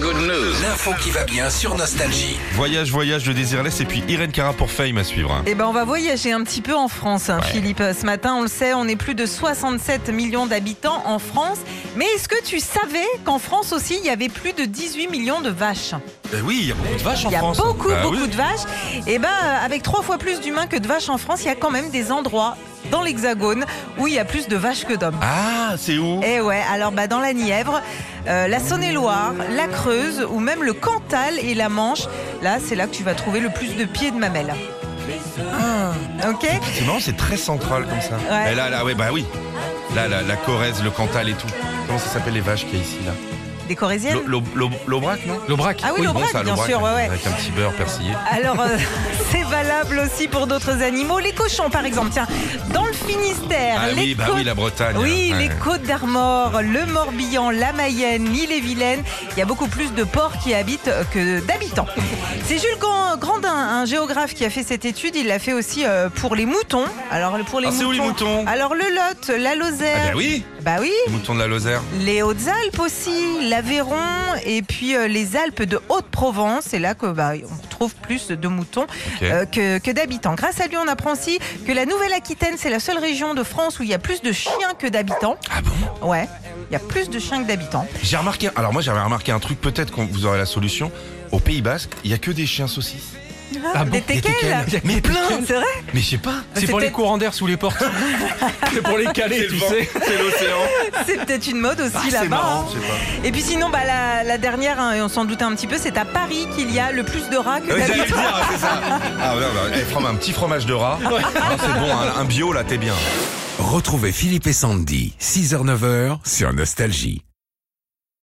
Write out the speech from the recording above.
Good news. L'info qui va bien sur Nostalgie. Voyage, voyage, le désirless et puis Irène Cara pour Fame à suivre. hein. Eh ben, on va voyager un petit peu en France, hein, Ouais. Philippe. Ce matin, on le sait, on est plus de 67 millions d'habitants en France. Mais est-ce que tu savais qu'en France aussi, il y avait plus de 18 millions de vaches Ben oui, il y a beaucoup de vaches en Il y a France. beaucoup, Bah beaucoup oui. de vaches. Et ben, euh, avec trois fois plus d'humains que de vaches en France, il y a quand même des endroits dans l'Hexagone où il y a plus de vaches que d'hommes. Ah, c'est où Eh ouais, alors bah, dans la Nièvre, euh, la Saône-et-Loire, la Creuse ou même le Cantal et la Manche, là c'est là que tu vas trouver le plus de pieds de mamelles. Ah, ok C'est marrant, c'est très central comme ça. Ouais. Et là, là, ouais, bah oui. Là, là, la Corrèze, le Cantal et tout. Comment ça s'appelle les vaches qu'il y a ici là Des Corréziennes L'Au- l'Au- l'Au- L'Aubrac, non L'Aubrac. Ah oui, bon, l'Aubrac, ça, bien l'Aubrac, sûr, ouais, ouais. Avec un petit beurre persillé. Alors, euh, c'est valable aussi pour d'autres animaux. Les cochons, par exemple. Tiens, dans le Finistère, Ah les oui, bah oui, côtes la Bretagne. Oui, hein, les ouais. Côtes d'Armor, le Morbihan, la Mayenne, l'Île-et-Vilaine. Il y a beaucoup plus de porcs qui habitent que d'habitants. C'est Jules Grand- Grandin, un géographe qui a fait cette étude. Il l'a fait aussi euh, pour les moutons. Alors pour les Ah, moutons. c'est où les moutons Alors le Lot, la Lozère. Ah, bah oui, Bah oui. les moutons de la Lozère. Les Hautes-Alpes aussi, l'Aveyron et puis euh, les Alpes de Haute-Provence. C'est là que bah, on trouve plus de moutons euh, que, que d'habitants. Grâce à lui, on apprend aussi que la Nouvelle-Aquitaine, c'est la seule région de France où il y a plus de chiens que d'habitants. Ah bon Ouais, il y a plus de chiens que d'habitants. J'ai remarqué, alors moi j'avais remarqué un truc, peut-être que vous aurez la solution. Au Pays Basque, il y a que des chiens saucisses. Ah bon des Des teckels teckels. Mais plein C'est vrai Mais je sais pas C'est pour les courants d'air sous les portes. c'est pour les caler, tu sais. Ah, C'est l'océan C'est peut-être une mode aussi Ah, C'est là-bas. marrant, hein. je sais pas. Et puis sinon, bah, la, la dernière, hein, et on s'en doutait un petit peu, c'est à Paris qu'il y a le plus de rats que Euh, J'allais le d'habitants. dire, c'est ça Ah ouais, bah, eh, from- un petit fromage de rat. Ah, c'est bon, un, un bio là, t'es bien. Retrouvez Philippe et Sandy, 6h-9h sur Nostalgie.